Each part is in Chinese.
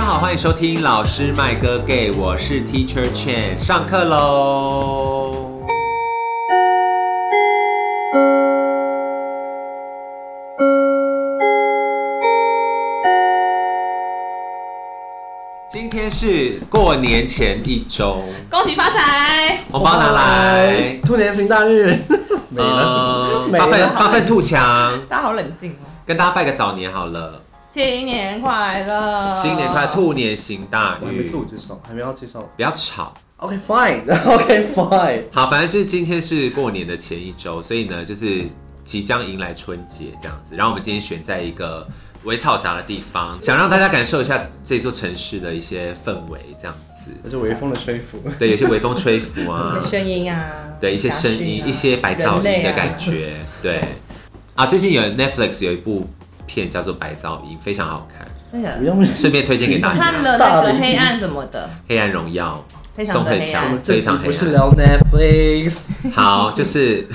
好，欢迎收听老师麦哥 Gay，我是 Teacher Chen，上课喽。今天是过年前一周，恭喜发财！红包拿来，兔年行大 运，没呃了，嗯没发奋了。发奋图强，大家好冷静哦。跟大家拜个早年好了，新年快乐！新年快乐，兔年行大我还没运自，我介绍，还没要介绍。不要吵。 OK fine，OK fine。好，反正就是今天是过年的前一周，所以呢，就是即将迎来春节这样子。然后我们今天选在一个微嘈杂的地方，想让大家感受一下这座城市的一些氛围这样 子。 这是微风的吹拂，对，有些微风吹拂啊的，声音啊，对，一些声音，一些白噪音的感人类啊。觉。对，啊，最近有 Netflix 有一部片叫做《白噪音》，非常好看，那不个用顺便推荐给大家。看了那个黑暗什么的， 《黑暗荣耀非》常宋的慧黑乔暗，非常这集黑不是暗。聊 Netflix，好， 就是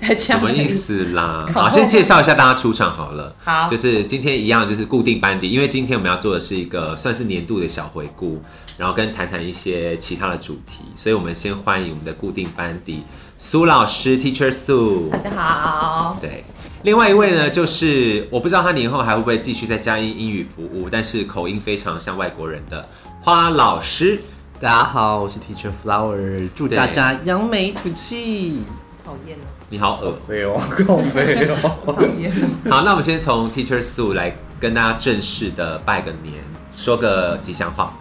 什什么意？思啦？靠好，先介绍一下大家出场好了。 好就是今天一样，就是固定班底，因为今天我们要做的是一个算是年度的小回顾，然后跟谈谈一些其他的主题，所以我们先欢迎我们的固定班底苏老师 Teacher 苏大。家好，对，另外一位呢，就是我不知道他年后还会不会继续在嘉义英语服务，但是口音非常像外国人的花老师。 大家好，我是 Teacher Flower，祝大家扬眉吐气。讨厌哦，你好恶没 有，啊够没有。讨厌哦。好，那我们先从 Teacher Sue 来跟大家正式的拜个年，说个吉祥话。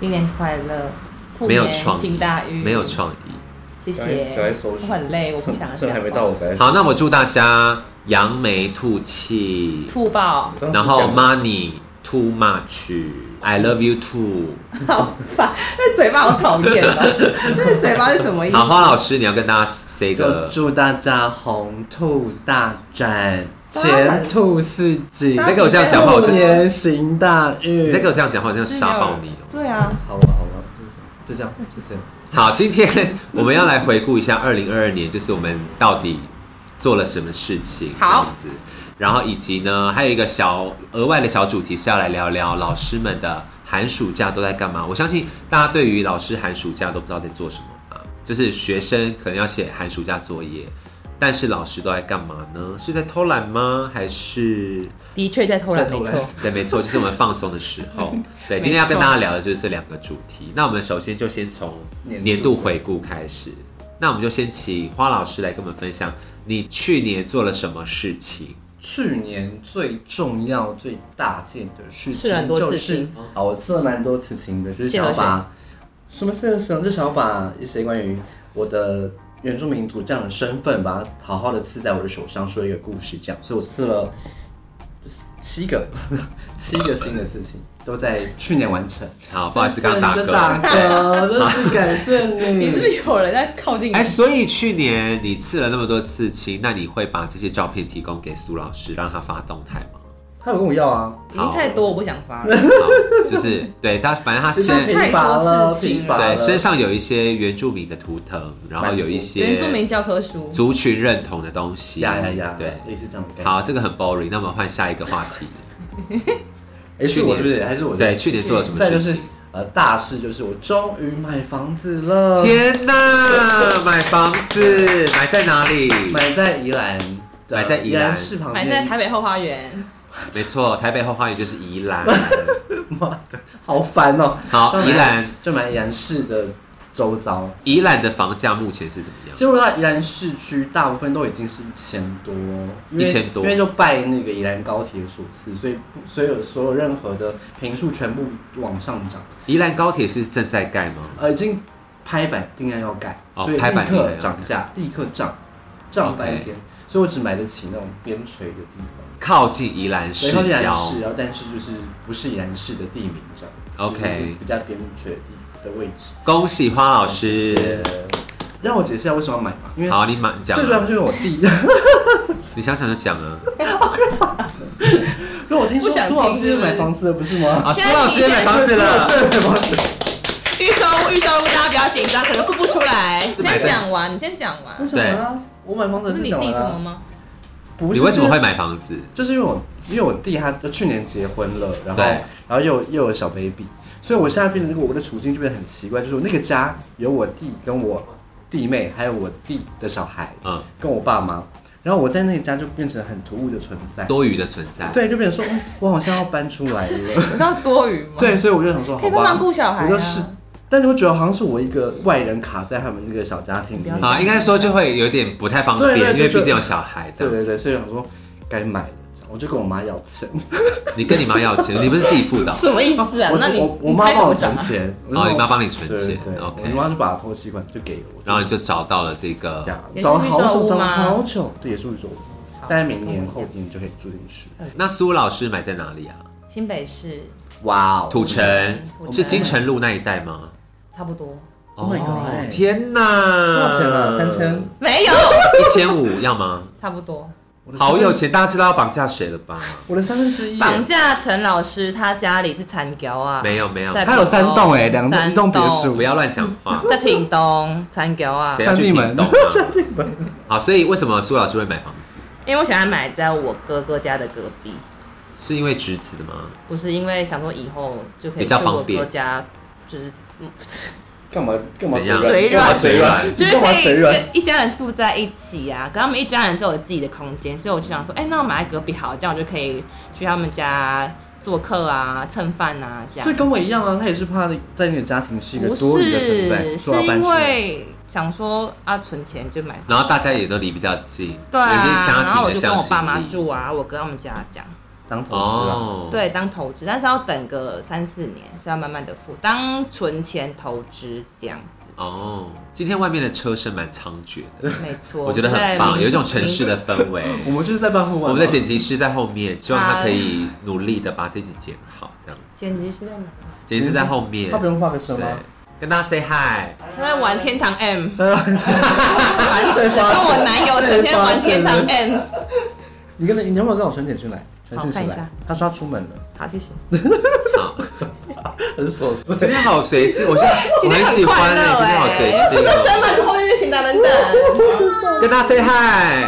新年快乐！兔没有年创意行大运，没有，创意。谢赶快谢。赶快收拾我很累，我不想趁讲话还没到我。该。好，那我祝大家扬眉吐气，兔爆，然后 money too much，I love you too。好烦！那嘴巴好讨 厌哦，那嘴巴是什么意思？好，花老师，你要跟大家 say 就个，祝大家红兔大展，当然前兔似锦，你再给我这 样讲话，我兔真的，年行大运。你再给我这样讲话，我真的杀爆你哦。对啊，好了好了，就是就这样，谢谢。好，今天我们要来回顾一下二零二二年，就是我们到底做了什么事情，好这样子。然后以及呢，还有一个小额外的小主题是要来聊聊老师们的寒暑假都在干嘛。我相信大家对于老师寒暑假都不知道在做什么吧，就是学生可能要写寒暑假作业，但是老师都在干嘛呢？是在偷懒吗？还是的确在偷懒，在没偷懒错。 对，没错，就是我们放松的时 候。对，今天要跟大家聊的就是这两个主题。那我们首先就先从年度年度回顾开始。那我们就先请花老师来跟我们分享你去年做了什么事情。去年最重要、最大件的事是很情多就事是情，好，我吃了蛮多事情的，就是谢想要和把什么事情，就想要把一些关于我的原住民族这样的身份，把它好好的刺在我的手上，说一个故事这样。所以我刺了七个， 七个新的事情，都在去年完成。好，不好意思，刚刚谢谢你的打打嗝。嗝，真是感谢 你是不你。是有人在靠近你？哎，所以去年你刺了那么多刺青，那你会把这些照片提供给苏老师，让他发动态吗？他有跟我要啊，已经太多，我不想发了。好， 就是对他，反正他就现是在疲乏了，太多事情疲乏了。对身上有一些原住民的图腾，然后有一些 原住民教科书，族群认同的东西。呀呀呀，对，类似这样的感觉。好，这个很 boring，那我们换下一个话题。哎，是我是不是？还是我？对，去年做了什么再就事是情？呃，大事就是我终于买房子 了，天哪，买房子，买在哪里？买在宜兰的，买在宜兰市旁买边，在台北后花园。没错，台北后花园就是宜 兰。妈的，好烦哦。好就买宜兰就买宜兰市的周遭，宜兰的房价目前是怎么样其？实我到宜兰市区，大部分都已经是一千多，因为1000多因为就拜那个宜兰高铁所赐，所以不所有所有任何的平数全部往上涨，宜兰高铁是正在盖吗？呃，已经拍板定案要盖，哦所以拍立板定案刻要涨价，立刻涨，涨半 OK 天所以我只买得起那种边陲的地方。靠近宜兰市对，它是宜兰郊市，。然后但是就是不是宜兰市的地名这样。 OK 就是比较边陲的地的位置。恭喜花老师。谢谢让我解释一下为什么要买吧，因为好，你买你讲啊最主要就是我弟， 你想讲就讲啊。因为我听说不想苏听老师买房子了，不是吗？啊，苏老师也买 房子了。对啊买房子，预售屋，预售屋，大家不要紧张，可能付不出来。买先在讲完，你先讲完为。什么啦？我买房不子是是你讲弟完什么了，吗？不是你为什么会买房子？就是因为我因为我弟他就去年结婚了，然后对然后又又有小 baby，所以我现在变得那个我的处境就变得很奇怪，就是我那个家有我弟跟我弟妹，还有我弟的小孩嗯，跟我爸妈，然后我在那个家就变成很突兀的存在，多余的存在。对，就变成说、嗯我好像要搬出来了， 你知道多余吗？对，，所以我就想说，可好以帮吧忙，顾小孩、啊。我就是，但是我觉得好像是我一个外人卡在他们那个小家庭里不要面，啊，应该说就会有点不太方便，对对对因为毕就竟有小孩这对样。对对，所以想说该买了，这样我就跟我妈要钱。你跟你妈要钱，你不是自己付的哦？什么意思啊？我那你我我你妈拍帮我什么存照啊钱，哦，你妈帮帮你存对钱对，我，OK。妈就把头期款就给了我，然后你就找到了这这个。样也是找了预好售久，屋找了吗好久，对，也是一种，好大概明年后年就可以住进去。那苏老师买在哪里啊？新北市哇哦，土城土，城是金城路那一带吗哦差不多 Oh my god 天哪！多少钱啊？三千？没 有，一千五，要吗？差不多。我的三好分有，钱，大家知道要绑架谁了吧？我的三分之一耶，绑架陈老师，他家里是残条啊，没有没有在他有三栋哎，两栋三一栋别栋墅，不要乱讲话。 在屏东残条啊谁，要三去地屏门东啊，三地门，好，所以为什么苏老师会买房子？因为我想要买在我哥哥家的隔壁，是因为侄子的吗？不是因为想说以后就可以比较去方我哥便家，就是嗯干嘛干嘛怎样？嘴软干嘛嘴嘴软软？就你是干嘛可以嘴软？跟一家人住在一起啊。可他们一家人都有自己的空间，所以我就想说，哎、那我买在隔壁好，这样我就可以去他们家做客啊、蹭饭啊，这样所以。跟我一样啊，他也是怕在你的家庭是一个不多余的存是，在，说是要搬因出来为想说啊，存钱就买房。然后大家也都离比较近，对有些啊，家庭的然后我就跟我向心爸妈力住啊，我跟他们家讲，当投资啊。哦，，对，当投资，但是要等个三四年，是要慢慢的付，当存钱投资这样子，哦，今天外面的车声蛮猖獗的，没错，我觉得很棒，有一种城市的氛 围。我们就是在办户外我嘛，们的剪辑师在后面，希望他可以努力的把这集剪好，这样。剪辑师在哪？剪辑师在后面，他不用放个声对吗？，跟大家 say hi。他在玩天堂 M， 跟跟我男友整天玩天堂哎 M。你跟他你要不要跟我传简讯来？传好讯息看一来下，他说他出门了，好，谢谢。好，很琐碎。今天好随性，我觉得我 今天很喜很快欢乐呢，今天好随哎，这性个哦。身份后面就请男人等，哎跟大家 say hi。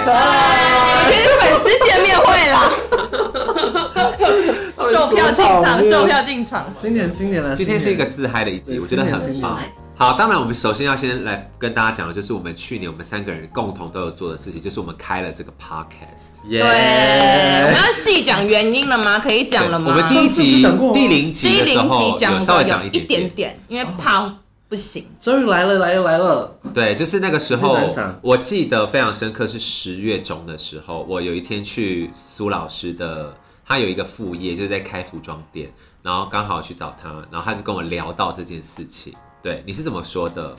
我觉得粉丝见面会啦。售票进场，啊售票进场。新年新年了，今天是一个新自嗨的一集，对我觉得新很年棒新。好，当然我们首先要先来跟大家讲的就是我们去年我们三个人共同都有做的事情，就是我们开了这个 podcast。年对，我耶们要细讲原因了吗？可以讲了吗？我们第一上次不集是讲过吗第零集第的时零集候讲稍过微有讲一一点点。哦点，因为怕不行。终于来了来了来了，对，就是那个时候基本上，我记得非常深刻，是十月中的时候，我有一天去苏老师的，他有一个副业，就是在开服装店，然后刚好去找他，然后他就跟我聊到这件事情。对，你是怎么说的？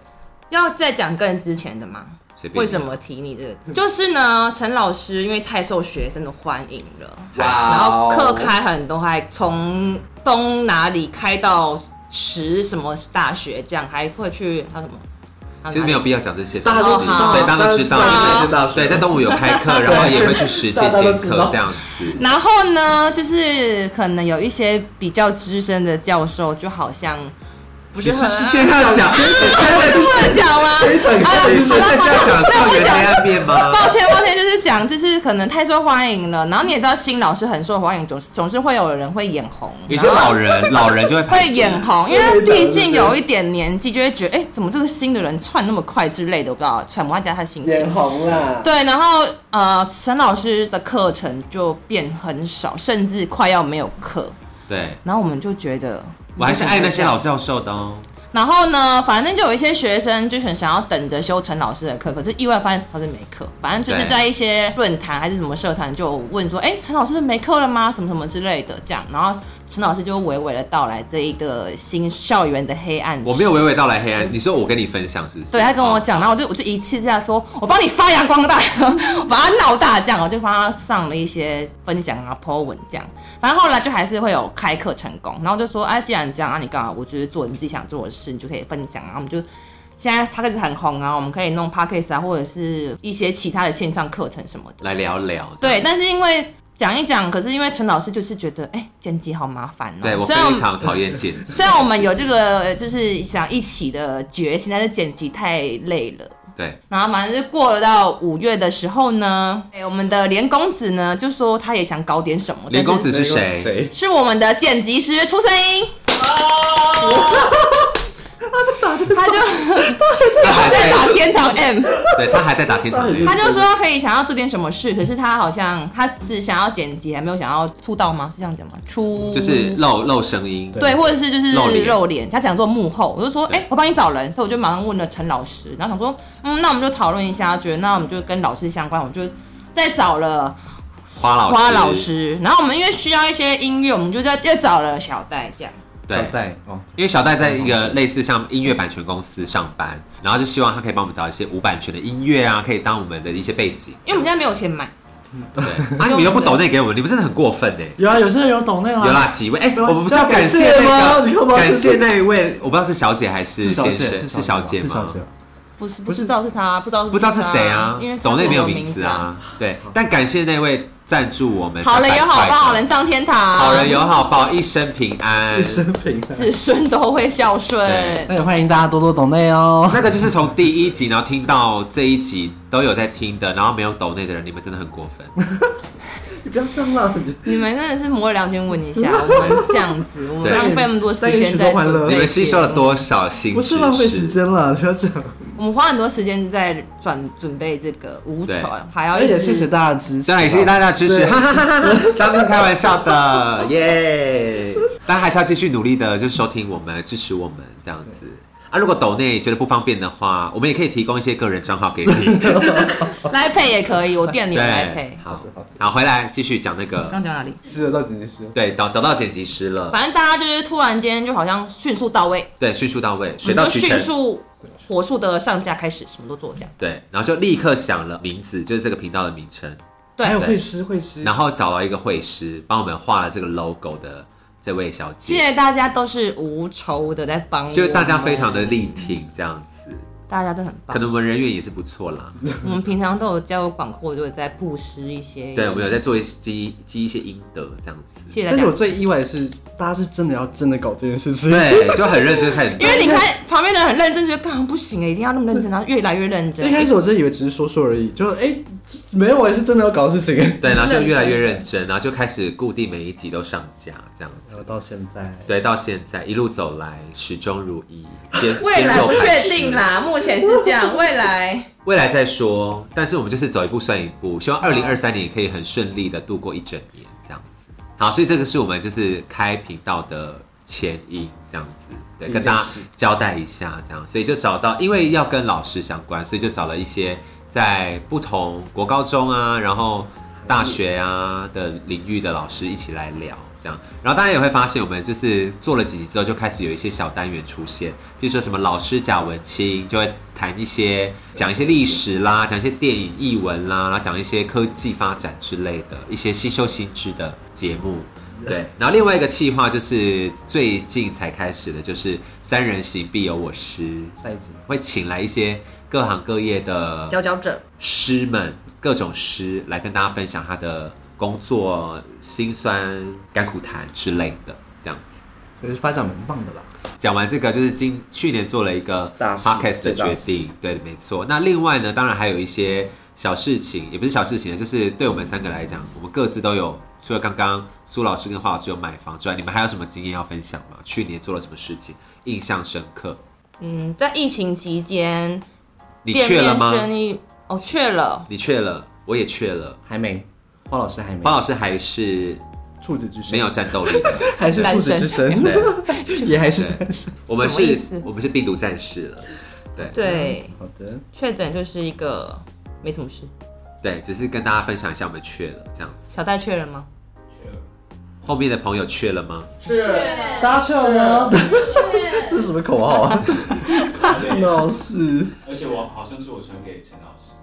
要再讲更之前的吗？随便你。为什么提你这个？就是呢，陈老师因为太受学生的欢迎了，哇然后哦课开很多，还从东哪里开到十什么大学，这样还会去还有什么？还其有实没哪里有必要讲这些，大家都知道对，大家都知道大家都，知道对，在东吴有开课，然后也会去实践大家兼都知课道这样子。然后呢，就是可能有一些比较资深的教授，就好像不是你很是 现在要讲，你现在不是能讲吗？谁整个哎你现在是要讲校园黑暗面吗？抱歉，抱歉，就是讲，就是可能太受欢迎了。然后你也知道，新老师很受欢迎，总是总是会有人会眼红，有些老人，老人就会排会斥眼红，因为真的毕竟有一点年纪，就会觉得，哎、怎么这个新的人窜那么快之类的，我不知道揣摩一下他心脸情。红啦！对，然后呃，陈老师的课程就变很少，甚至快要没有课。对，然后我们就觉得，我还是爱那些老教授的哦。然后呢，反正就有一些学生就很想要等着修陈老师的课，可是意外发现老师没课。反正就是对在一些论坛还是什么社团就问说，哎，陈老师没课了吗？什么什么之类的这样。然后陈老师就娓娓的道来这一个新校园的黑暗史。我没有娓娓道来黑暗，你说我跟你分享是不是？对他跟我讲，然后我就我就一气之下说，我帮你发扬光大，我把他闹大这样，我就帮他上了一些分享啊、po 文这样。反正后来就还是会有开课成功，然后就说，哎、既然这样，啊，你干嘛？我啊就是做你自己想做的事，你就可以分享啊。我们就现在 p a c k a g e 很红啊，我们可以弄 p a c k a g e 啊，或者是一些其他的线上课程什么的。来聊聊。对，但是因为讲一讲，可是因为陈老师就是觉得，哎、剪辑好麻烦哦、对我虽非然们常讨厌剪辑。虽然我们有这个就是想一起的决心，但是剪辑太累了，对，然后反正就过了到五月的时候呢，哎，我们的连公子呢就说他也想搞点什么，连公子但是那个谁？谁？是是我们的剪辑师出声音， 他就他 还在打在，天堂 M。对他还在打天堂他还欸。他就说他可以想要做点什么事，可是他好像他只想要剪辑，还没有想要出道吗？是这样讲吗？出就是露露声音，对，或者是就是露脸露脸，他想做幕后，我就说，对哎、我帮你找人，所以我就马上问了陈老师，然后想说，嗯，那我们就讨论一下，觉得那我们就跟老师相关，我就再找了花老师，花老，师，然后我们因为需要一些音乐，我们就在又找了小戴这样，对，戴哦，因为小戴在一个类似像音乐版权公司上班，然后就希望他可以帮我们找一些无版权的音乐啊，可以当我们的一些背景。因为我们家没有钱买，对，啊，你们又不抖内给我们，你们真的很过分欸呢。有啊，有些人有懂那个有啦，几位哎、没有我们不是要感谢这那样个感谢吗你干嘛感谢那一位，我不知道是小姐还是是小先姐，生，是小姐是小吗姐？。不是不知道是他，不知道是不知道是谁啊，因为董内没有名名字。啊，对，但感谢那位赞助我们，好人有好报，好人，上天堂，好人有好报，一生平安一。生平安。子孙都会孝顺。对那也欢迎大家多多懂内 哦。那个就是从第一集，然后听到这一集都有在听的，然后没有抖内的人，你们真的很过分。你不要这样啦，你你们真的是摸着良心问 一下，我们这样子，我们对浪费那么多时间但也许在都欢乐准备你们吸收了多节少新不知识？是浪费时，间啦，你不要这样。目，我们花很多时间在准准备这个舞对团，还要而一且直谢谢大家的支持当啊，然也谢谢大家的支持，对哈哈哈哈哈，咱们是开玩笑的，耶！大家还是要继续努力的，就收听我们，支持我们这样子。啊，如果抖内觉得不方便的话，我们也可以提供一些个人账号给你。来配也可以，我店里有来对配，。好好的好的，好，回来继续讲那个，刚讲哪里？是的，到底是对，找找到剪辑师了，反正大家就是突然间就好像迅速到位，对，迅速到位，我水们到渠就嗯迅成，速火速的上架开始，什么都做这样。对，然后就立刻想了名字，就是这个频道的名称，对还有对哎会师会师，然后找到一个绘师帮我们画了这个 logo 的这位小谢姐，谢大家都是无仇的在帮我们，就是大家非常的力挺这样子，大家都很棒可。能文人院也是不错啦。我们平常都有交友广阔，就有在布施一些。对，我们有在做一积积一些阴德这样子，谢谢大但家是我。最意外的是，大家是真的要真的搞这件事情。，对，就很认真开始因为你看旁边的人很认真，觉得干嘛不行哎、一定要那么认真，然后越来越认真。一开始我真的以为只是说说而已，就是哎、没有，我也是真的要搞事情。对，然后就越来越认真，然后就开始固定每一集都上架这样子。然后到现在，对，到现在一路走来始终如一，坚未来不确坚若磐石定，啦，目前是这样，未来未来再说。但是我们就是走一步算一步，希望二零二三年也可以很顺利的度过一整年这样子。好，所以这个是我们就是开频道的前因这样子，对，第一跟大家件事交代一下这样，所以就找到，因为要跟老师相关，所以就找了一些在不同国高中啊，然后大学啊的领域的老师一起来聊。这样，然后大家也会发现，我们就是做了几集之后，就开始有一些小单元出现，比如说什么老师贾文清就会谈一些讲一些历史啦，讲一些电影译文啦，然后讲一些科技发展之类的一些吸收新知的节目。对，然后另外一个企划就是最近才开始的，就是三人行必有我师，下一集会请来一些各行各业的佼佼者。师们，各种师来跟大家分享他的工作辛酸、甘苦谈之类的，这样子。就是发展蛮棒的啦。讲完这个，就是今去年做了一个大事 podcast 的最大决事定，对，没错。那另外呢，当然还有一些小事情，也不是小事情，啊就是对我们三个来讲，我们各自都有，除了刚刚苏老师跟华老师有买房之外，你们还有什么经验要分享吗？去年做了什么事情印象深刻？嗯，在疫情期间，你去了吗？店面生意哦，去了。你去了，我也去了。还没，花老师还没花，老师还是处子之身没有，战斗力的， 还是处子之身，对， 也还是对单身。我们什么是意思，我们是病毒战士了，对对，好的，确诊就是一个没什么事。对，只是跟大家分享一下我们缺了这样子。小戴去了吗？后面的朋友缺了吗？大家去了吗？是 这是什么口号啊？闹事，而且我好像是我传给陈老师，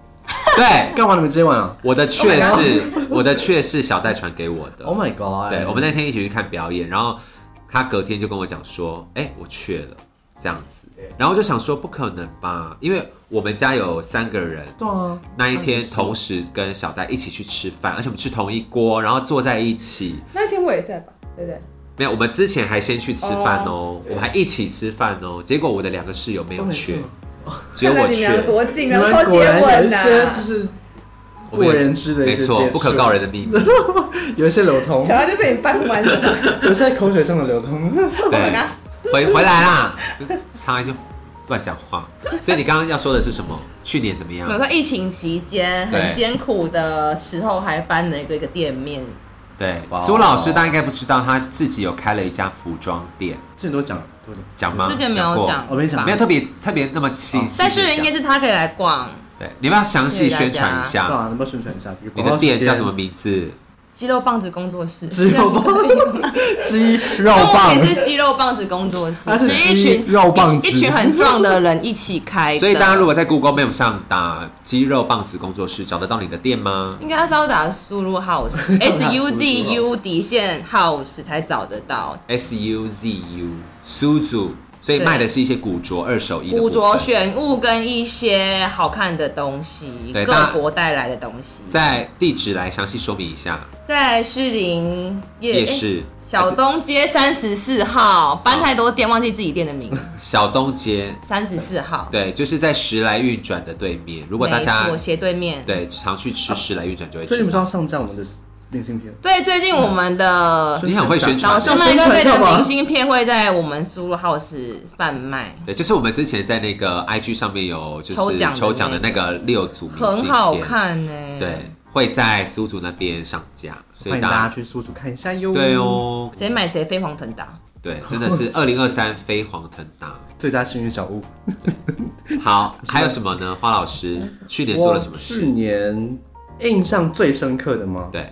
对，干嘛你们今晚啊我的确是、我的确是小戴传给我的。 ？Oh my god！对，我们那天一起去看表演，然后他隔天就跟我讲说，哎、我缺了这样子对，然后我就想说不可能吧，因为我们家有三个人，对啊，那一天同时跟小戴一起去吃饭，而且我们吃同一锅，然后坐在一起。那天我也在吧，对不对？没有，我们之前还先去吃饭哦，我们还一起吃饭哦。结果我的两个室友没有去，都没去只有看我来你们两个缺。多近，你然们后接果然有吻啊一呐、些就是我们有不为人知的一些没错接，触不可告人的秘密。有一些流 通，然后就被你掰弯了。有一些口水上的流通。对，回回来啦，插一句乱讲话。所以你刚刚要说的是什么？去年怎么样比？如说疫情期间对很艰苦的时候，还搬了一个一个店面，对哇，哦苏老师大家应该不知道，他自己有开了一家服装店，这你都讲了，多点。啊讲吗？之前没有过讲，我没讲没有特别特别那么细哦，但是应该是是他可以来逛对，你们要详细宣传一对下啊，能不能宣传一下这个你广告的时间店叫什么？名字？肌肉棒子工作室，肌肉棒鸡肉 棒也。是肌肉棒子工作室，它是就一肌群肉棒子一群很壮的人一起开的。所以大家如果在 Google Map 上打“肌肉棒子工作室”，找得到你的店吗？应该是要打输入 house S U Z 哦 U 底线 house 才找得到 S U Z U 苏祖，所以对卖的是一些古着二手衣的部古分。着选物跟一些好看的东西，对各大国带来的东西。在地址来详细说明一下，再来是林夜夜市小东街三十四号，搬太多店忘记自己店的 名，小东街，三十四号。对，就是在时来运转的对面。如如果大家斜对面。对常去哦吃时来运转，就会所以你知们是要道。上架我们的明信片？对，最近我们的你很会宣老传，兄麦哥队的明信片会在我们输入 house 贩卖，对，就是我们之前在那个 IG 上面有就抽是奖的抽奖的那那个六组明信片很好，看呢、，对，会在苏祖那边上架，所欢以迎大大家家去苏竹看一下哟。对，哦，谁买谁飞黄腾达。对，真的是二零二三飞黄腾达。最佳幸运小屋。好， 还有什么呢？花老师去年做了什么我去事？年印象最深刻的吗？对，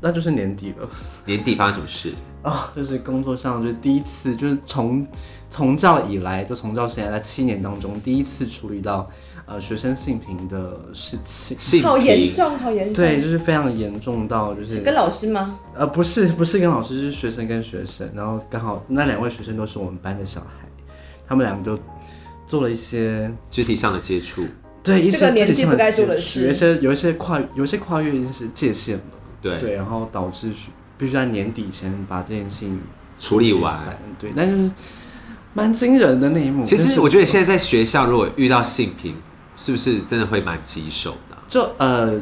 那就是年底了年底发生什么事？啊，就是工作上就是第一次，就是从从教以来，就从教生涯在七年当中，第一次处理到呃学生性平的事情。性好严平重，好严重。对，就是非常严重到就是嗯跟老师吗？呃，不是不是跟老师，是学生跟学生。然后刚好那两位学生都是我们班的小孩，他们两个就做了一些肢体上的接触，对一这个些年自己纪上不该做的解释事有一些有一些跨有一些跨越一些界限了。对，对，然后导致必须在年底前把这件事情处理完。，对，但就是蛮惊人的那一幕。其但实嗯是我觉得现在在学校如果遇到性平，是不是真的会蛮棘手的啊？就呃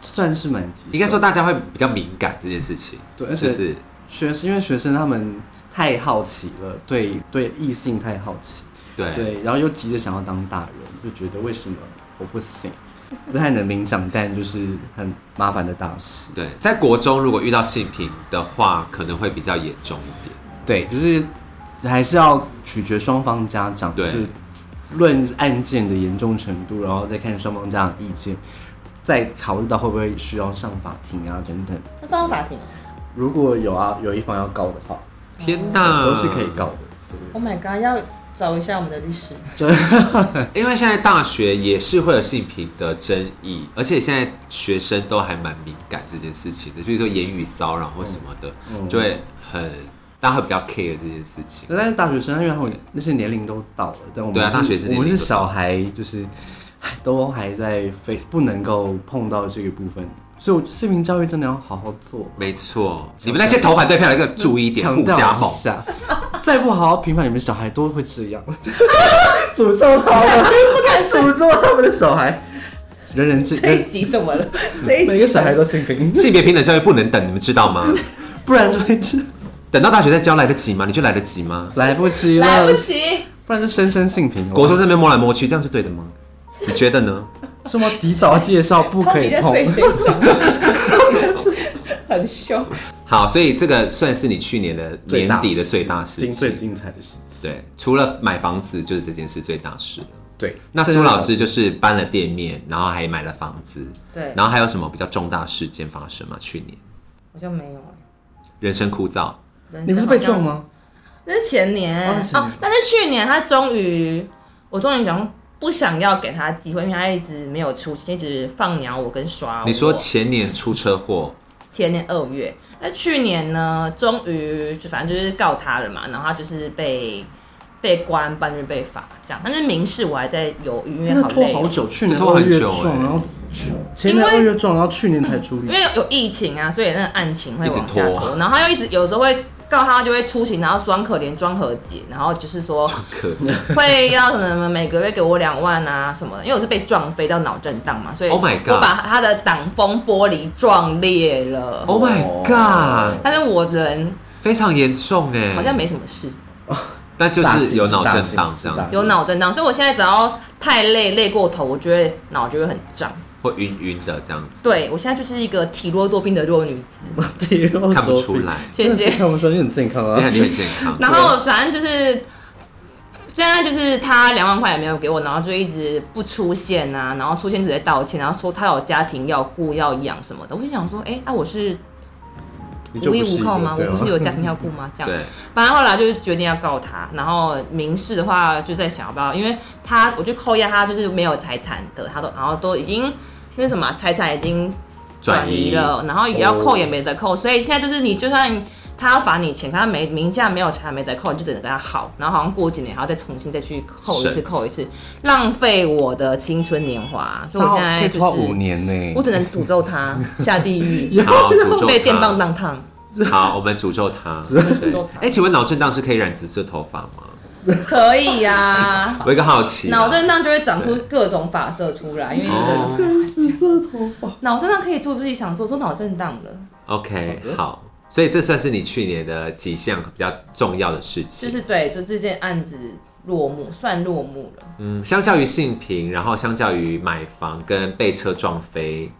算是蛮棘手应该说大家会比较敏感这件事情，对而且就是学生，因为学生他们太好奇了，对对异性太好奇，对对，然后又急着想要当大人，就觉得为什么我不行？不太能明讲，但就是很麻烦的大事。对，在国中如果遇到性平的话，可能会比较严重一点。对，就是还是要取决双方家长，对就是论案件的严重程度，然后再看双方家长意见，再考虑到会不会需要上法庭啊等等。那上到法庭如果有啊，有一方要告的话，天哪，哦都是可以告的。 ，Oh my god，要找一下我们的律 师。 因为现在大学也是会有性平的争议，而且现在学生都还蛮敏感这件事情的，就是说言语骚扰或什么的，嗯就会很大家会比较 care 这件事情。但是大学生，因为他们那些年龄都到了，但我们对啊是大学生我年龄们是都到小孩，就是唉都还在非不能够碰到这个部分，所以我市民教育真的要好好做。没错，你们那些投反对票，一个注意一点，强互调加一盟。 下，再不好好平反你们小孩，都会这样。 诅咒他们，不敢 诅咒他们的小孩。人人 这这一人集怎么了？这一每集个小孩都性平，性别平等教育不能等，你们知道吗？不然就会这等到大学再教来得及吗？你觉得来得及吗？来不及来了不，及，不然就生生性平。国中这边摸来摸去，这样是对的吗？你觉得呢？什么提早介绍不可以碰到，底在对谁 讲很凶。好，所以这个算是你去年的最年大底的事最大事精情。最精彩的事情。对，除了买房子，就是这件事最大事了。对，那苏老师就是搬了店面，然后还买了房子，对，然后还有什么比较重大事件发生吗？去年我就没有了。人生枯燥，人生你不是被撞吗？好像？那是前年哦那哦是前年但是去年他终于，我终于讲不想要给他机会，因为他一直没有出现，一直放鸟我跟耍我。你说前年出车祸，前年二月，那去年呢，终于就反正就是告他了嘛，然后他就是被被关，半日被罚这样。但是民事我还在犹豫，因为真好的拖累，好久，去年拖二很月久欸撞，然后去前年二月撞，然后去年才处因理为。有疫情啊，所以那个案情会往下一直拖，拖然后他又一直有时候会告他就会出勤，然后装可怜装和解，然后就是说可 会要什么每个月给我两万啊什么的，因为我是被撞飞到脑震荡嘛，所以 Oh my god 我把他的挡风玻璃撞裂了。 Oh my god，但是我人非常严重哎，好像没什么事，那就是有脑震荡这大样事子，有脑震荡，所以我现在只要太累累过头，我就会脑就会很胀。会晕晕的这样子，对我现在就是一个体弱多病的弱女子，体弱多病 看不出，来， 谢真的谢是。看不出来，你很健康你啊很。你很健 康，然后反正就是现在就是他两万块也没有给我，然后就一直不出现啊，然后出现直接道歉，然后说他有家庭要顾要养什么的。我就想说，哎、啊我是你就无不依是一无个靠吗？对我啊不是有家庭要顾吗？这样，对，反正后来就是决定要告他，然后民事的话就在想要不要，因为他我就扣押他就是没有财产的，他都然后都已经那什么财产已经哦转转移移了，然后也要扣也没得扣，所以现在就是你就算他要罚你钱，可他没名下没有钱没得扣，你就只能跟他好，然后好像过几年还要再重新再去扣一次是扣一次，浪费我的青春年华，所以我现在可以就拖五是年呢。我只能诅咒他下地 狱， 好诅咒被电棒他，当烫，好，我们诅咒 他，诅对咒，他哎，请问脑震荡是可以染紫色头发吗？可以呀、我有一个好奇啊，脑震荡就会长出各种发色出来，因为你的哦紫色头发，脑震荡可以做自己想做，都脑震荡了， ，OK，好，所以这算是你去年的几项比较重要的事情，就是对，就这件案子落幕，算落幕了。嗯，相较于性平，然后相较于买房跟被车撞飞，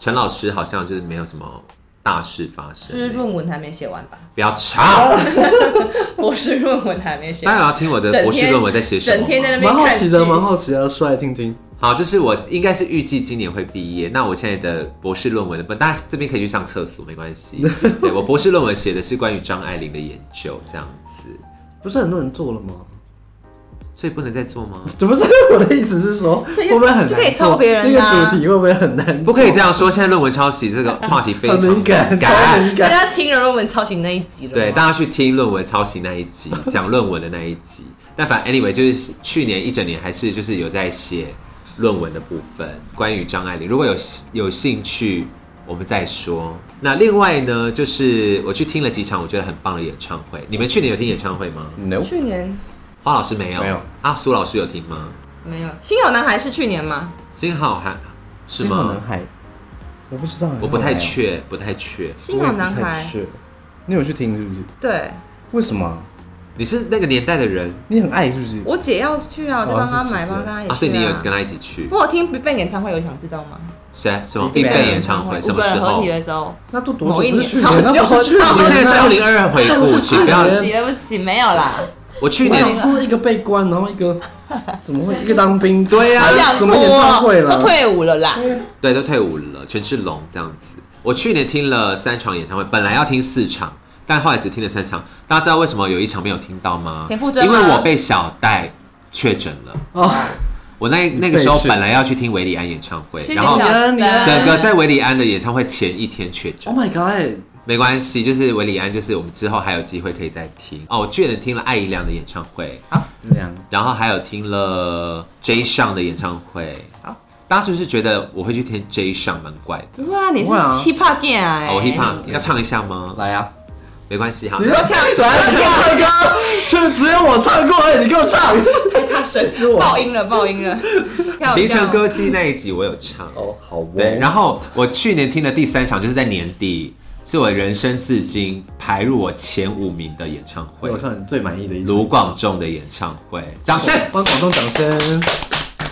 陈老师好像就是没有什么大事发生。就是哦论文还没写完吧， 不要吵，博士论文还没写大家完，有要听我的整天博士论文在写什么吗整天在那边蛮好奇的，看剧蛮好奇的，说来听听。好，就是我应该是预计今年会毕业。那我现在的博士论文的部分，大家这边可以去上厕所，没关 系。对我博士论文写的是关于张爱玲的研究，这样子，不是很多人做了吗？所以不能再做吗？怎么是我的意思是说，所以会不会很难就可以做抄别人的啊那个主题会不会很难？不可以这样说，现在论文抄袭这个话题非常 很敏感，超敏大感。家听了论文抄袭那一集了，对，，大家去听论文抄袭那一集，讲论文的那一集。但反正 anyway，就是去年一整年还是就是有在写论文的部分，关于张爱玲。如果有有兴趣，我们再说。那另外呢，就是我去听了几场我觉得很棒的演唱会。你们去年有听演唱会吗？ No，去年花老师没有，嗯没有啊？苏老师有听吗？没有，新好男孩是去年吗？金浩涵是幸好吗男？孩，我不知道，我不太确，不太确。新好男我也不太孩，是。你有去听是不是？对为什么？你是那个年代的人你很爱是不是？我姐要去啊，我就帮她买，哦是姐姐帮她也去啊，啊。所以你有跟他一起去？我有听 BigBang 演唱会，有想知道吗？谁？啊什么必必备备演唱会？什么五个时人合候体？的时候，那都多久？某一不是去年年，那不是 去我们年，现在是二零二二回顾，请不要对不起，对不起，没有啦。我去我年想说一个被关，然后一个怎么会一个当兵？对呀好想怎么演唱会哭哦了？都退伍了啦。对都退伍了，权志龙这样子。我去年听了三场演唱会，本来要听四场，但后来只听了三场。大家知道为什么有一场没有听到吗？田馥甄因吗为我被小戴确诊了。哦，我那那个时候本来要去听维里安演唱会，谢谢然后小然后丹整个在维里安的演唱会前一天确诊 Oh。my god！没关系，就是维里安，就是我们之后还有机会可以再听哦。我去年听了艾怡良的演唱会，啊两然后还有听了 J 上的演唱会。好大家是不是觉得我会去听 J 上蛮怪的？不会啊，你是不会啊 hip hop gay 哎、哦、我 hip hop 要唱一下吗？来啊！没关系哈。你要跳来，啊你给我唱歌，就只有我唱过哎而已，你给我唱，哎他神死我爆音了，爆 音了，跳凌晨歌姬那一集我有唱。哦，好哦对，然后我去年听的第三场就是在年底，是我人生至今排入我前五名的演唱会我，看你最满意的一首。卢广仲的演唱会，掌声！帮广东掌声。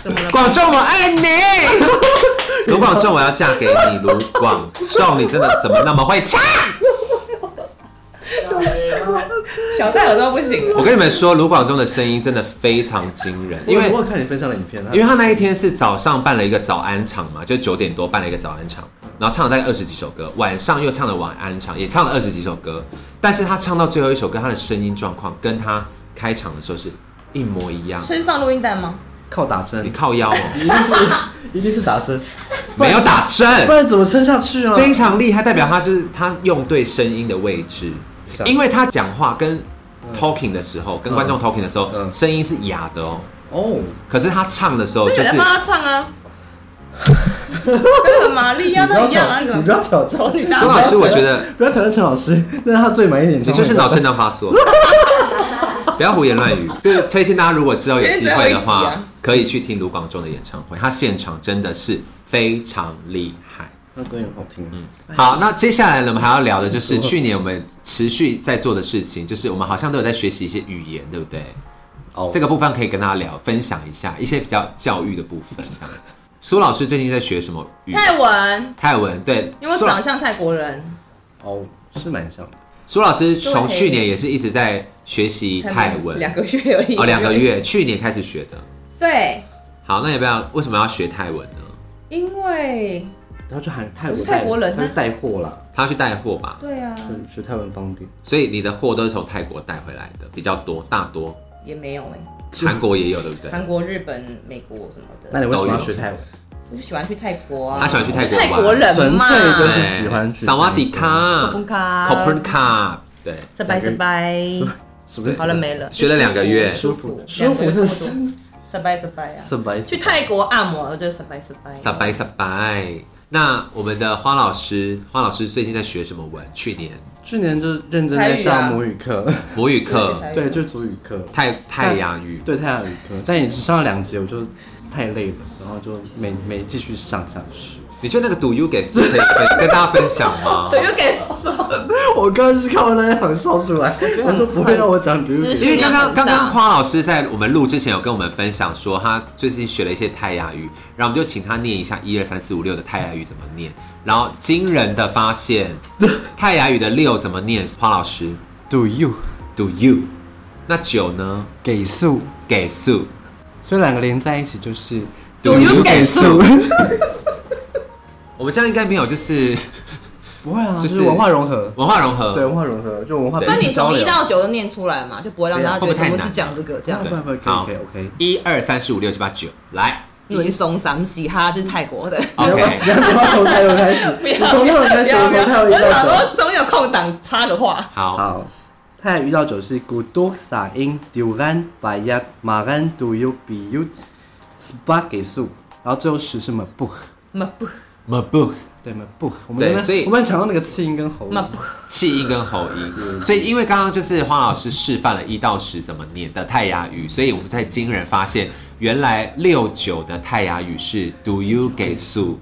怎么了？广仲，我爱 你。卢广仲，我要嫁给你。卢广仲，你真的怎么那么会唱？小戴耳朵不行了。我跟你们说，卢广仲的声音真的非常惊人，因因为为我有看你分享的影片，啊因为他那一天是早上办了一个早安场嘛，就九点多办了一个早安场，然后唱了大概二十几首歌，晚上又唱了晚安场，也唱了二十几首歌，但是他唱到最后一首歌，他的声音状况跟他开场的时候是一模一样。所以是放录音带吗？靠打你针，靠腰一哦，定是一定是 打针，没有打针，不然怎么撑下去啊？非常厉害，代表他就是他用对声音的位置，是啊因为他讲话跟 talking 的时候，跟观众 talking 的时候，嗯声音是哑的哦，哦，可是他唱的时候所以就 有人是帮他唱啊。跟很玛丽你亚不要都一样啊，那挑，你个不要挑丑 战，女 陈大老师，我觉 得不要挑战陈老师，那让他最满一点。你就是脑震荡发作，不要胡言乱语。就是推荐大家，如果之后有机会的因为只有一集话啊，可以去听卢广仲的演唱会，他现场真的是非常厉害。那歌也很好听。嗯嗯，，好，那接下来呢，我们还要聊的就是去年我们持续在做的事情，就是我们好像都有在学习一些语言，对不对？哦这个部分可以跟大家聊，分享一下一些比较教育的部分。这样，苏老师最近在学什么语言？泰文，泰文对，因为苏我老长相泰国人，哦，是蛮像的。苏老师从去年也是一直在学习泰文，两个月而已，哦，两个。月，去年开始学的。对，好，那要不要为什么要学泰文呢？因为然后就喊泰国是泰国人啊他是带货啦，他要去带货吧，对啊，就是学泰文方便。所以你的货都是从泰国带回来的，比较多，大多，也没有哎、韩国也有，对不对？韩国、日本、美国什么那的，你为什么要学泰文？我就喜欢去泰国啊。他喜欢去泰国玩泰国人嘛，纯粹都是喜欢去萨瓦迪卡、崩卡，科普卡，对，拜拜拜 拜，什么意思好了没了，学了两个月舒服，舒舒服服舒是服拜拜拜拜啊。什么意思去泰国按摩，我就是拜拜拜撒白撒白。那我们的花老师，花老师最近在学什么文？去年去年就认真在台语啊上母语课，母语课、啊台语对，就主语课，太太阳语，对太阳语课，但也只上了两节，我就太累了，然后就没没继续上下去。 你觉得那个 Do you get 可以跟跟大家分享吗？对，又给送，我刚刚是看完那场笑出来，我说不会让我讲主资语讯因为刚刚量很刚大刚花老师在我们录之前有跟我们分享说，他最近学了一些泰雅语，然后我们就请他念一下一二三四五六的泰雅语怎么念，然后惊人的发 现，泰雅语的六怎么念？花老师 Do you ，Do you？那九呢？给素，给数，所以两个连在一起就是 Do you 给素。我们这样应该没有就是不会啊，就，就是是文化融合文化融合，对文化融合，就文 化对那彼你此交从一流。到九都念出来嘛，就不会让大家觉啊会得不会太我难只讲这个这样不。会不会可以好可以 OK。一二三四五六七八九，来伦松三喜哈，这是泰国的。 ，OK，你要不要从泰文开始？你从泰文开始，从泰文我一到想九。说总有空档插个话。好，好，泰语到九是古多撒音丢干把呀马干杜尤比尤斯巴给素，然后最后十是么不嘛不么不对么不，我们对那边所以我们强调那个次音跟喉嘛咙不，气音跟喉音，所以因为刚刚就是花老师示范了一到十怎么念的泰雅语，所以我们才惊人发现，原来六九的泰雅语是 Do you 给素，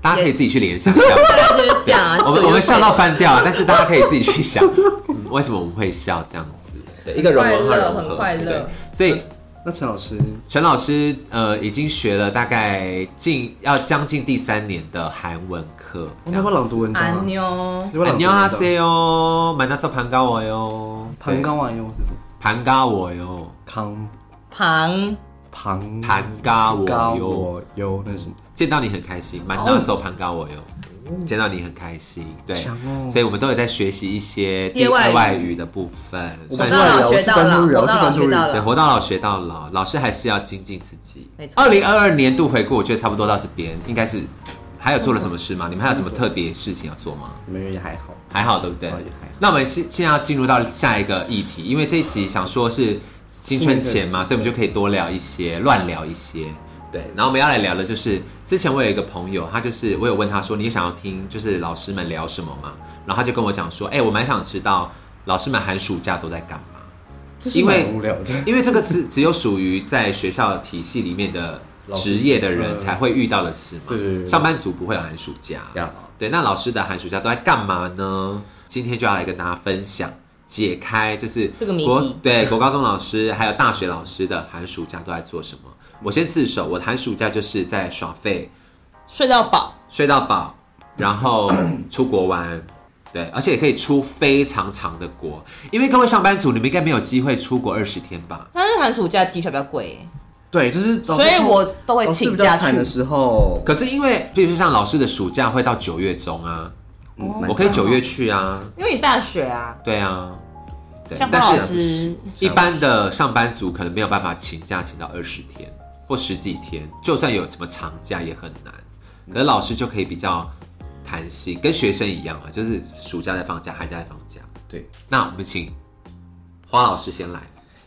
大家可以自己去联想一下。大概 就是这样啊。我们我们笑到翻掉，但是大家可以自己去想，嗯为什么我们会笑这样子？对，一个融文化融合，很快乐很快乐对，所以那陈老师陈老师呃已经学了大概近要将近第三年的韩文课，你要不要朗读文章啊安？妞你要不要朗读文章哈塞哟，满大少盘高我哟，盘高啊，用是什么？盘高我哟，康旁庞盘高高我哟，我有那是什么？见到你很开心，满大少盘高我哟。见到你很开心，对，强哦所以我们都有在学习一些业第外二语外语的部分，我算们是是外我聊，学是到了专注语啊，我我到了是专注学语到。了对，活到老学到老，老师还是要精进自己没。错二零二二年度回顾，我觉得差不多到这边，应该是还有做了什么事吗？你们还有什么特别事情要做吗？没有也还好，还好，对不对哦也还好？那我们现现在要进入到下一个议题，因为这一集想说是青春前嘛，所以我们就可以多聊一些，乱聊一些。对，然后我们要来聊的就是，之前我有一个朋友，他就是我有问他说，你想要听就是老师们聊什么吗？然后他就跟我讲说，哎、我蛮想知道老师们寒暑假都在干嘛。这是因为蛮无聊的。 因为这个是只有属于在学校体系里面的职业的人才会遇到的事嘛。对对对对上班族不会有寒暑假。啊呀对，那老师的寒暑假都在干嘛呢？今天就要来跟大家分享解开，就是这个谜国题对国高中老师还有大学老师的寒暑假都在做什么。我先自首，我的寒暑假就是在耍废、睡到饱，睡到饱，然 后出国玩。对，而且也可以出非常长的国，因为各位上班族，你们应该没有机会出国二十天吧？但是寒暑假机票比较贵耶，对，就是所以我都会请假老师比较惨的去。时候，可是因为，比如说像老师的暑假会到九月中啊，嗯哦蛮我可以惨九月去啊，因为你大学啊，对啊，对哦像。但包老是师，一般的上班族可能没有办法请假请到二十天或十几天，就算有什么长假也很难。可是老师就可以比较弹性，跟学生一样啊，就是暑假在放假，寒假在放假。对。那我们请花老师先来，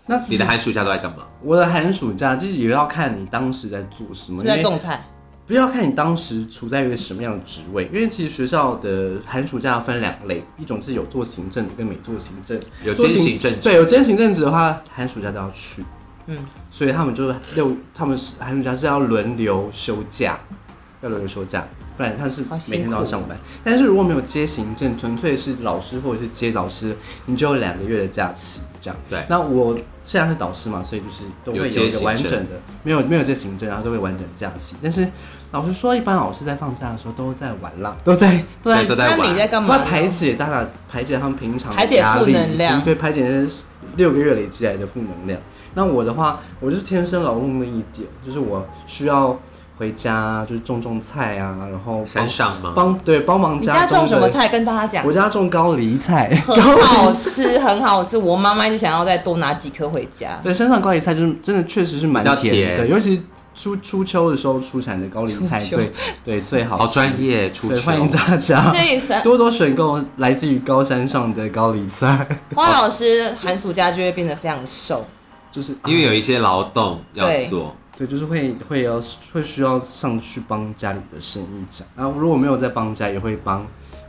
那 你的寒暑假都在干嘛？我的寒暑假就是也要看你当时在做什么，是在因为种菜，不要看你当时处在一个什么样的职位，因为其实学校的寒暑假分两类，一种是有做行政的跟没做行政，有做兼行政对，有兼行政职的话，寒暑假都要去，嗯，所以他们就是六，他们是寒暑假是要轮流休假，要轮流休假，不然他是好辛苦每天都要上哦班。但是如果没有接行政，纯粹是老师或者是接老师，你就有两个月的假期这样。对那我现在是导师嘛，所以就是都会有有接一个行完政整的，没有没有接行政，然后都会完整的假期。但是老实说，一般老师在放假的时候都在玩浪，都在都在对都在那你玩在干嘛那呢？排解大家排解他们平常排解压负力能量对，排解那些六个月累积来的负能量。那我的话，我就是天生劳动力一点，就是我需要回家就是种种菜啊，然后帮山上吗帮对帮忙你家中种什么的？菜？跟大家讲我。家种高丽菜，很好吃，很好吃。我妈妈一直想要再多拿几颗回家。对，山上高丽菜就是真的确实是蛮比较甜的，甜尤其初初秋的时候出产的高丽菜秋最对最好吃。好专业，出对，糗欢迎大家所以山 多多选购来自于高山上的高丽菜，花老师寒暑假就会变得非常瘦， 就是因为有一些劳动要对做，对，就是会会要会需要上去帮家里的生意长，然后如果没有在帮家，也会帮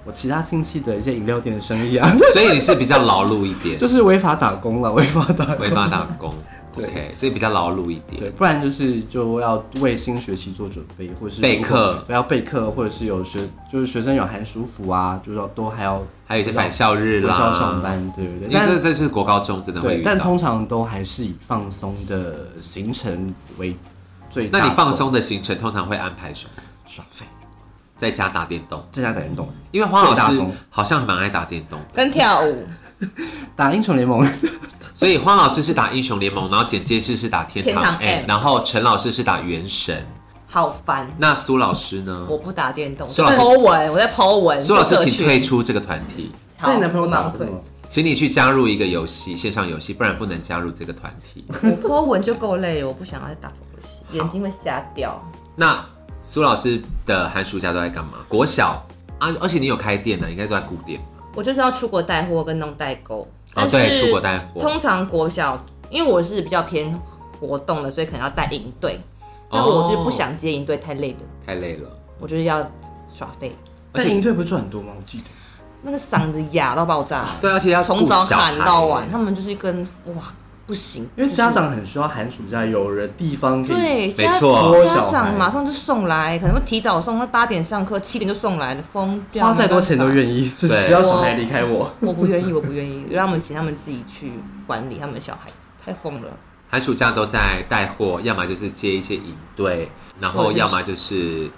我其他亲戚的一些饮料店的生意啊， 所以你是比较劳碌一点，就是违法打工了，违法打工，没办法打工。对 OK，所以比较劳碌一对，点。不然就是就要为新学期做准备，或是备课如果要备课，或者是有学就是学生有寒暑服啊，就是要都还要还有一些返校日啦，回校上班，对对对，因为但这这是国高中真的会对遇，但到。通常都还是以放松的行程为最大那宗。你放松的行程通常会安排什么？耍废，在家打电动，在家打电动，因为花老最大师宗好像蛮爱打电动的，跟跳舞、打英雄联盟。所以花老师是打英雄联盟，然后简介是是打天天堂堂 M， M 然后陈老师是打原神，好烦。那苏老师呢？我不打电动，苏在老师剖文，我在剖文。苏老师社请群退。出这个团体，好那你男朋友我打忙不退是吗？请你去加入一个游戏，线上游戏，不然不能加入这个团体。 我剖文就够累了，我不想要再打游戏，眼睛会瞎掉。那苏老师的寒暑假都在干嘛？国小啊，而且你有开店呢，应该都在顾店。我就是要出国带货跟弄代购。哦但，是对，出国带货。通常国小，因为我是比较偏活动的，所以可能要带营队。哦那我就不想接营队，太累了，太累了，我就是要耍废。而但且营队不是赚很多吗？我记得。那个嗓子哑到爆 炸，对，而啊且要顾从早小喊孩到晚，他们就是跟哇不行，因为就是家长很需要寒暑假有人地方给你，对没家错家多小孩长马上就送来，可能会提早送，会八点上课，七点就送来了，疯掉。花再多钱都意，愿意，就是对只要小孩离开我。我不愿意，我不愿意，让他们请他们自己去管理他们的小孩子，太疯了。寒暑假都在带货，要么就是接一些营队，然或后者是要么就是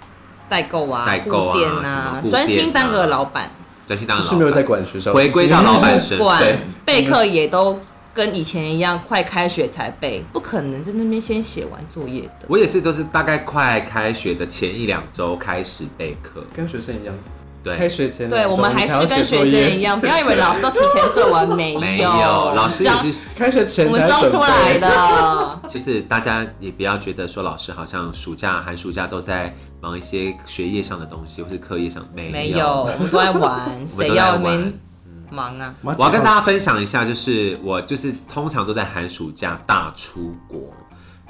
代购啊，代购啊顾店什么啊顾，专店心当啊个老板，专心当就老是没有在板管学校，回归到老板身管份。嗯备课也都跟以前一样，快开学才备，不可能在那边先写完作业的。我也是，都是大概快开学的前一两周开始备课。跟学生一样，开对，学前对，我们还要是写跟作学业生一，样，不要以为老师都提前做完，没有， 没有，哦老师也装是，开学前我们才装准出来。备的。就是大家也不要觉得说老师好像暑假、寒暑假都在忙一些学业上的东西，或是课业上， 没有。没有，我们都在 玩，我们谁都在要我玩们忙啊？我要跟大家分享一下，就是我就是通常都在寒暑假大出国，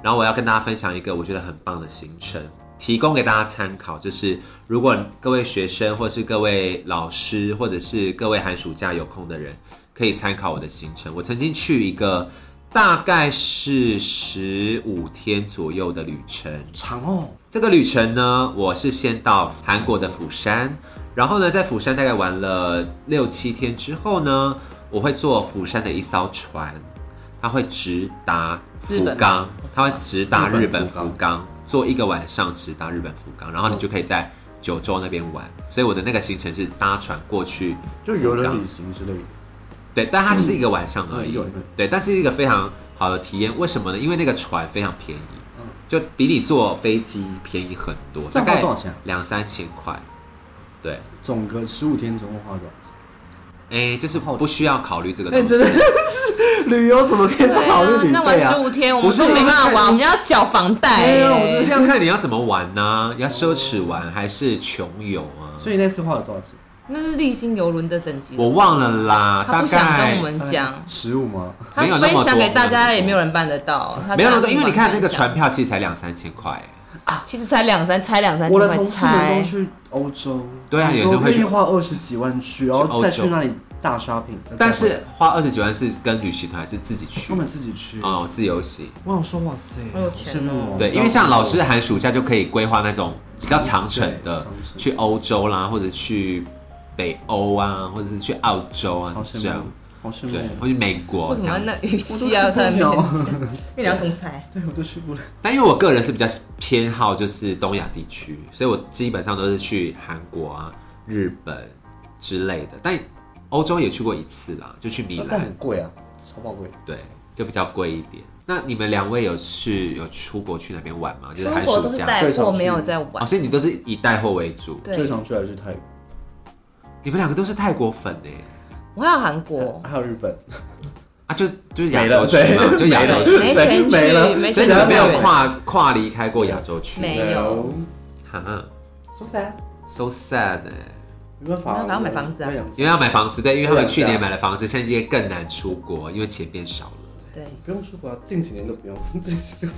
然后我要跟大家分享一个我觉得很棒的行程，提供给大家参考。就是如果各位学生或是各位老师或者是各位寒暑假有空的人，可以参考我的行程。我曾经去一个大概是十五天左右的旅程，长哦，这个旅程呢，我是先到韩国的釜山，然后呢，在釜山大概玩了六七天之后呢，我会坐釜山的一艘船，它会直达福日冈本，它会直达日本日本福福冈冈，坐一个晚上直达日本福冈，然后你就可以在九州那边玩。所以我的那个行程是搭船过去，就游轮旅行之类的，对，但它就是一个晚上而嗯已，一个晚上对，但是一个非常好的体验。为什么呢？因为那个船非常便宜，嗯就比你坐飞机便宜很多，这大样花概多少钱啊两三千块。对，总个十五天总共花多少哎、就是好奇不需要考虑这个钱？哎，东西真。的是 旅游怎么可对以不考虑啊，旅那玩费十啊？五天，我不们是说没我办是法玩，我们要缴房贷没耶。有，我哎是要看你要怎么玩呢、要奢侈玩还是穷游啊？所以那次花了多少钱？那是立新游轮的等级，我忘了啦，他大不想跟概我们讲，十五吗？他没有那分么多享给大家也没有人人办得到，他没有那大么家多，因为你自己玩看那个分享啊船票其实才两三千块、哎其实才两三，才两三我的千块同事们才都去欧洲，对啊很也多是会去愿意花二十几万去，然去后欧再洲去那里大 shopping，但是花二十几万是跟旅行团还是自己去他？们自己去。哦，自由行。我想说，哇塞，好有好钱羡慕哦哦。对，因为像老师寒暑假就可以规划那种比较长程的对长，程去欧洲啦，或者去北欧啊，或者是去澳洲啊好这羡样慕，，好羡慕对，。或去美国为什这么样。那语气要在那边讲？那两种 菜， 对，我都去不了。但因为我个人是比较偏好就是东亚地区，所以我基本上都是去韩国啊、日本之类的。但欧洲也去过一次啦，就去哦米但兰很，贵啊，超爆贵。对，就比较贵一点。那你们两位有去有出国去那边玩吗？就是中寒国暑都是假，带最常货，去没有在哦，玩。所以你都是以带货为主。对，最常去还是泰国，你们两个都是泰国粉欸呢、我还有韩国，还有日本。啊，就就是亚没洲了区嘛，对就亚洲没区，钱去，没了没所钱以去你们没有日本跨跨离开过亚洲区，没有，哈苏珊， ，so sad 哎，没办法啊，没办法要买房子啊我养因为要买房子，对，因为他们对啊去年买了房子，现在也更难出国，因为钱变少了，对，不用出国啊，近几年都不用，近几年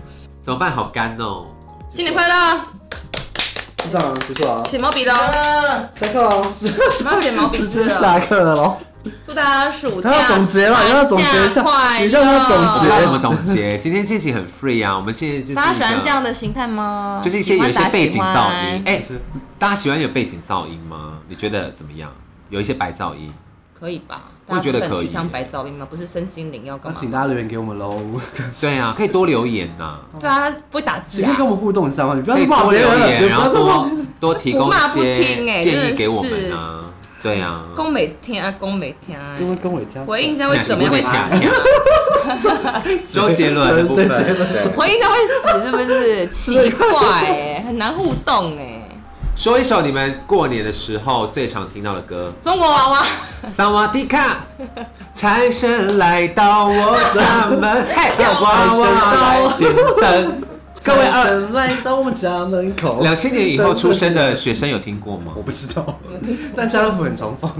怎么办？好干哦，新年快乐，就这样啊结束啊，写毛笔喽，下课啊，我们要写毛笔直字接了，下课了咯。祝大家暑假啊他要总结了，你要总结一寒假下，快你让他我总不知结道。怎么总结？ 今天这期很 free 啊，我们现在就是大家喜欢一个这样，的形态吗？就是一些有一喜欢些打背景喜欢噪音，哎，大家喜欢有背景噪音吗？你觉得怎么样？有一些白噪音，可以吧？我觉得大家不可以提倡白噪音吗？不是身心灵要干那请嘛？大家留言给我们喽，对啊，可以多留言呐、对啊，不会打字请可以啊跟。我们互动一下吗？你不要可以骂多我留留言，言然了，后不要多多提供不骂不一些听欸建真议的给我们是啊，对啊，公每天啊，公每天啊这，么跟我讲。回应这样会怎么样？会 死吗？周杰伦的部分，对对对回应这样会死是不是？奇怪哎，很难互动哎。，说一首你们过年的时候最常听到的歌中国娃娃， 《萨瓦迪卡》。财神来到我家 门，跳舞娃娃来点灯。各位财 二神来到我们家门口。两千年以后出生的学生有听过吗我？不知道，但家乐福很常放。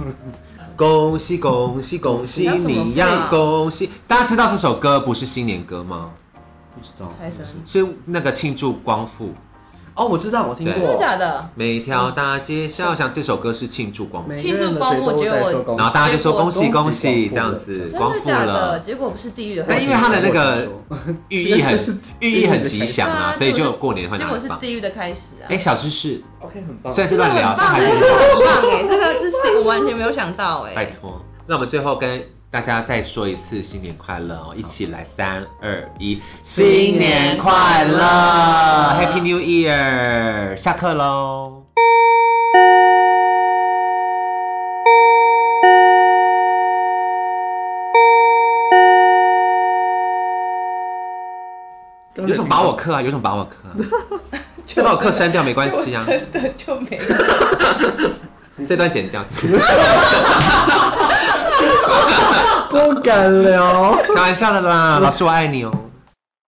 恭喜恭喜恭喜你呀！恭喜！大家知道这首歌不是新年歌吗？不知道。财神，是那个庆祝光复。哦，我知道，我听对真的过。假的？每条大街小巷，这首歌是庆祝光复，每个人的嘴都在说恭喜然后大家就说恭喜恭恭喜喜这样子，真光的复假的？了。结果不是地狱的啊那话，因为他的那个寓意很这是寓意很吉祥啊，所以结就果是过年会结拿果来是放。地狱的开始啊。哎，小知识， ，OK，很嗯棒虽。然是这个乱很聊，但棒还哎，这是个很棒哎，这个是谁我完全没有想到拜哎。托。那我们最后跟大家再说一次新年快乐哦，一起来三二一，新年快乐，Happy New Year！下课喽。有种把我课啊，有种把我课、啊，再把我课删掉没关 系啊，真的就没了。这段剪掉，不敢聊。开玩笑的啦，老师我爱你哦。